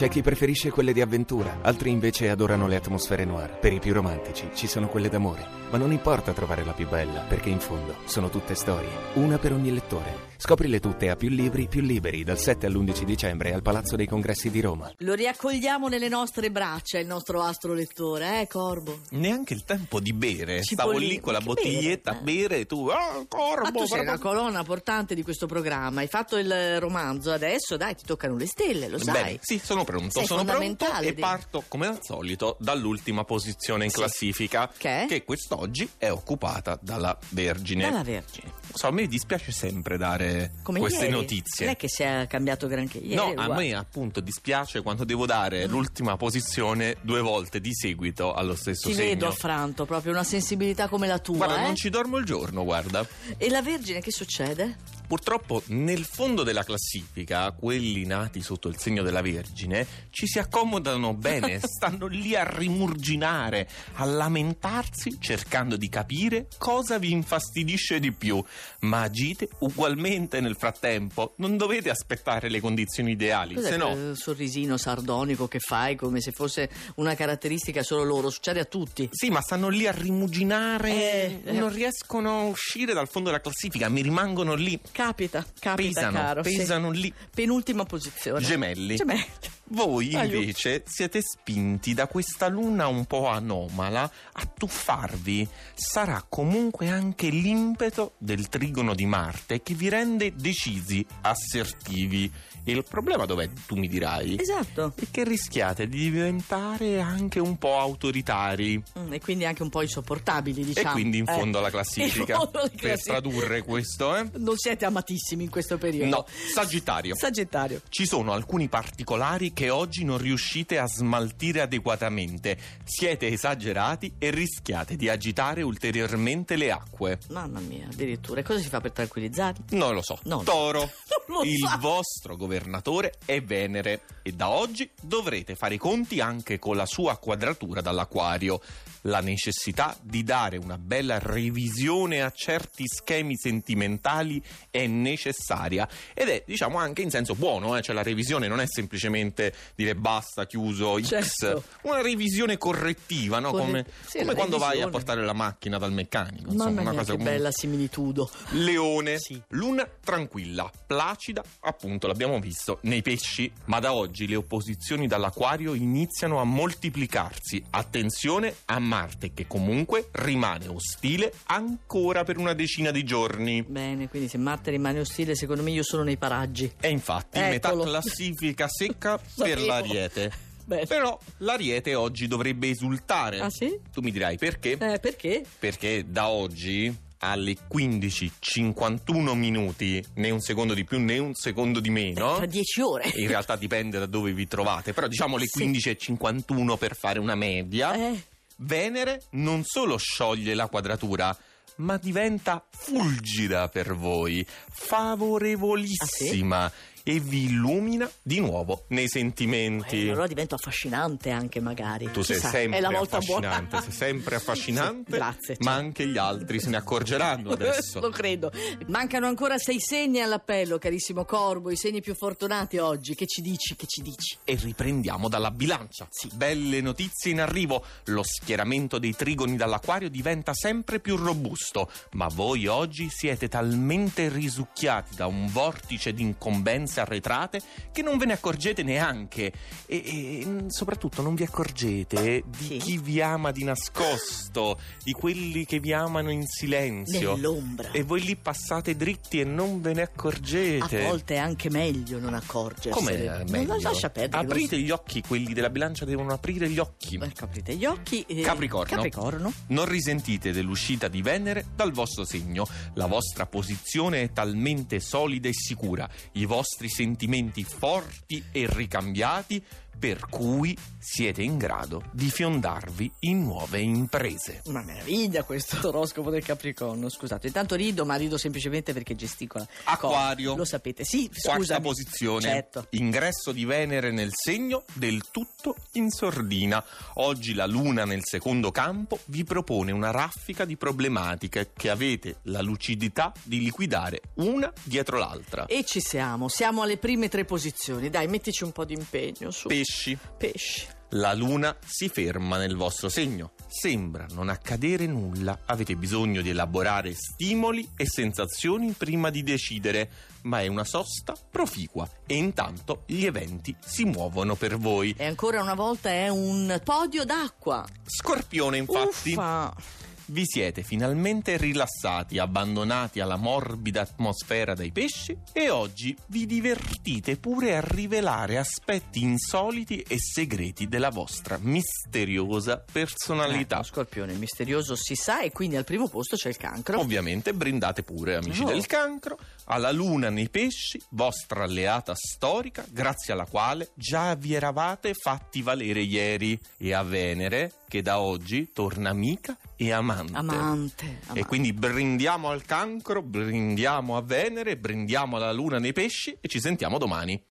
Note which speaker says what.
Speaker 1: C'è chi preferisce quelle di avventura, altri invece adorano le atmosfere noir. Per i più romantici ci sono quelle d'amore, ma non importa trovare la più bella, perché in fondo sono tutte storie, una per ogni lettore. Scoprile tutte a più libri, più liberi, dal 7 all'11 dicembre al Palazzo dei Congressi di Roma.
Speaker 2: Lo riaccogliamo nelle nostre braccia il nostro astrolettore, eh Corbo?
Speaker 3: Neanche il tempo di bere. Stavo
Speaker 2: Cipollini.
Speaker 3: lì con la
Speaker 2: Che
Speaker 3: bottiglietta
Speaker 2: bere?
Speaker 3: a bere e tu, ah, corbo,
Speaker 2: Ma tu sei
Speaker 3: bravo.
Speaker 2: una colonna portante di questo programma, hai fatto il romanzo adesso, dai, ti toccano le stelle, lo sai.
Speaker 3: Bene, sì, sono pronto,
Speaker 2: Sei
Speaker 3: sono pronto
Speaker 2: fondamentale,
Speaker 3: e
Speaker 2: devi-
Speaker 3: parto come al solito dall'ultima posizione in
Speaker 2: Sì.
Speaker 3: classifica
Speaker 2: Che è?
Speaker 3: quest'oggi è occupata dalla Vergine.
Speaker 2: Dalla Vergine.
Speaker 3: So, a me dispiace sempre dare
Speaker 2: Come
Speaker 3: queste
Speaker 2: ieri.
Speaker 3: notizie.
Speaker 2: Non è che sia cambiato granché ieri.
Speaker 3: No, a
Speaker 2: uguale. Mm.
Speaker 3: me appunto dispiace quando devo dare l'ultima posizione due volte di seguito allo stesso
Speaker 2: Ti
Speaker 3: segno.
Speaker 2: vedo affranto, proprio una sensibilità come la tua.
Speaker 3: guarda,
Speaker 2: eh?
Speaker 3: non ci dormo il giorno, guarda.
Speaker 2: E la Vergine che succede?
Speaker 3: Purtroppo nel fondo della classifica, quelli nati sotto il segno della Vergine ci si accomodano bene, stanno lì a rimurginare, a lamentarsi, cercando di capire cosa vi infastidisce di più. Ma agite ugualmente nel frattempo, non dovete aspettare le condizioni ideali,
Speaker 2: Cos'è
Speaker 3: se no.
Speaker 2: quel sorrisino sardonico che fai come se fosse una caratteristica solo loro? Succede a tutti.
Speaker 3: Sì, ma stanno lì a rimuginare,
Speaker 2: Eh, eh.
Speaker 3: non riescono a uscire dal fondo della classifica, mi rimangono lì.
Speaker 2: Capita, capita
Speaker 3: pesano,
Speaker 2: caro. sì.
Speaker 3: pesano lì.
Speaker 2: Penultima posizione.
Speaker 3: Gemelli.
Speaker 2: Gemelli.
Speaker 3: Voi
Speaker 2: Aiuto.
Speaker 3: invece siete spinti da questa luna un po' anomala a tuffarvi. Sarà comunque anche l'impeto del trigono di Marte che vi rende decisi, assertivi. E il problema dov'è, tu mi dirai?
Speaker 2: Esatto.
Speaker 3: È che rischiate di diventare anche un po' autoritari.
Speaker 2: Mm, E quindi anche un po' insopportabili, diciamo.
Speaker 3: E quindi in
Speaker 2: Eh.
Speaker 3: fondo alla classifica.
Speaker 2: In fondo alla
Speaker 3: Per
Speaker 2: classifica.
Speaker 3: tradurre questo, eh?
Speaker 2: Non siete amatissimi in questo periodo.
Speaker 3: No, Sagittario.
Speaker 2: Sagittario.
Speaker 3: Ci sono alcuni particolari che oggi non riuscite a smaltire adeguatamente. Siete esagerati e rischiate di agitare ulteriormente le acque.
Speaker 2: Mamma mia, addirittura. E cosa si fa per tranquillizzarli?
Speaker 3: Non lo so.
Speaker 2: No.
Speaker 3: Toro.
Speaker 2: Non lo
Speaker 3: Il
Speaker 2: so.
Speaker 3: vostro governatore è Venere e da oggi dovrete fare i conti anche con la sua quadratura dall'acquario. La necessità di dare una bella revisione a certi schemi sentimentali è necessaria ed è diciamo anche in senso buono, eh, cioè la revisione non è semplicemente dire basta, chiuso, X,
Speaker 2: Certo.
Speaker 3: una revisione correttiva, no?
Speaker 2: Corre-
Speaker 3: come,
Speaker 2: sì,
Speaker 3: come
Speaker 2: la
Speaker 3: quando vai a
Speaker 2: revisione.
Speaker 3: portare la macchina dal meccanico, insomma,
Speaker 2: Mamma
Speaker 3: una
Speaker 2: mia,
Speaker 3: cosa
Speaker 2: che bella similitudo.
Speaker 3: Leone,
Speaker 2: Sì.
Speaker 3: luna tranquilla, placida, appunto l'abbiamo visto nei pesci, ma da oggi le opposizioni dall'acquario iniziano a moltiplicarsi. Attenzione a Marte che comunque rimane ostile ancora per una decina di giorni.
Speaker 2: Bene, quindi se Marte rimane ostile, secondo me io sono nei paraggi.
Speaker 3: E infatti
Speaker 2: Eccolo.
Speaker 3: metà classifica secca per
Speaker 2: Sapevo.
Speaker 3: l'Ariete.
Speaker 2: Beh,
Speaker 3: Però l'Ariete oggi dovrebbe esultare.
Speaker 2: Ah, sì?
Speaker 3: Tu mi dirai perché?
Speaker 2: eh, perché?
Speaker 3: perché da oggi alle 15.51 minuti, né un secondo di più né un secondo di
Speaker 2: Eh,
Speaker 3: meno.
Speaker 2: Tra dieci ore.
Speaker 3: In realtà dipende da dove vi trovate, però diciamo le
Speaker 2: Sì.
Speaker 3: 15.51 per fare una media.
Speaker 2: Eh,
Speaker 3: Venere non solo scioglie la quadratura, ma diventa fulgida per voi, favorevolissima
Speaker 2: Ah,
Speaker 3: e vi illumina di nuovo nei sentimenti.
Speaker 2: eh, allora divento affascinante anche magari.
Speaker 3: Tu sei
Speaker 2: Chissà,
Speaker 3: sempre
Speaker 2: è la volta
Speaker 3: affascinante,
Speaker 2: buona.
Speaker 3: sei sempre affascinante.
Speaker 2: Sì, grazie.
Speaker 3: Ma anche gli altri se ne accorgeranno adesso.
Speaker 2: Lo credo. Mancano ancora sei segni all'appello, carissimo Corbo, i segni più fortunati oggi. Che ci dici? Che ci dici?
Speaker 3: E riprendiamo dalla bilancia. Belle notizie in arrivo. Lo schieramento dei trigoni dall'acquario diventa sempre più robusto, ma voi oggi siete talmente risucchiati da un vortice di incombenze arretrate che non ve ne accorgete neanche. E, e, mm, soprattutto non vi accorgete di
Speaker 2: Sì.
Speaker 3: chi vi ama di nascosto, di quelli che vi amano in silenzio.
Speaker 2: Nell'ombra.
Speaker 3: E voi lì passate dritti e non ve ne
Speaker 2: A
Speaker 3: accorgete.
Speaker 2: volte è anche meglio non
Speaker 3: Come
Speaker 2: accorgersene.
Speaker 3: è
Speaker 2: Non
Speaker 3: meglio?
Speaker 2: lo lascia perdere.
Speaker 3: Aprite gli occhi, quelli della bilancia devono aprire gli occhi.
Speaker 2: Lo... Ecco, aprite gli occhi. eh,
Speaker 3: Capricorno.
Speaker 2: Capricorno.
Speaker 3: Non risentite dell'uscita di Venere dal vostro segno. La vostra posizione è talmente solida e sicura, i vostri sentimenti forti e ricambiati, per cui siete in grado di fiondarvi in nuove imprese.
Speaker 2: Una meraviglia questo oroscopo del Capricorno. Scusate, intanto rido, ma rido semplicemente perché gesticola.
Speaker 3: Acquario.
Speaker 2: Lo sapete, Eh, sì.
Speaker 3: Quarta
Speaker 2: scusami.
Speaker 3: posizione.
Speaker 2: Certo.
Speaker 3: Ingresso di Venere nel segno del tutto in sordina. Oggi la Luna nel secondo campo vi propone una raffica di problematiche che avete la lucidità di liquidare una dietro l'altra.
Speaker 2: E ci siamo, siamo alle prime tre posizioni. Dai, mettici un po' di impegno su.
Speaker 3: Pesci,
Speaker 2: Pesci.
Speaker 3: la luna si ferma nel vostro segno. Sembra non accadere nulla. Avete bisogno di elaborare stimoli e sensazioni prima di decidere, ma è una sosta proficua e intanto gli eventi si muovono per voi.
Speaker 2: E ancora una volta è un podio d'acqua.
Speaker 3: Scorpione, infatti,
Speaker 2: Uffa.
Speaker 3: vi siete finalmente rilassati, abbandonati alla morbida atmosfera dei pesci e oggi vi divertite pure a rivelare aspetti insoliti e segreti della vostra misteriosa
Speaker 2: Eh,
Speaker 3: personalità.
Speaker 2: lo scorpione misterioso si sa e quindi al primo posto c'è il cancro.
Speaker 3: Ovviamente brindate pure, amici
Speaker 2: Oh.
Speaker 3: del cancro, alla luna nei pesci, vostra alleata storica, grazie alla quale già vi eravate fatti valere ieri, e a Venere, che da oggi torna amica e amante.
Speaker 2: Amante. amante.
Speaker 3: E quindi brindiamo al cancro, brindiamo a Venere, brindiamo alla luna nei pesci e ci sentiamo domani.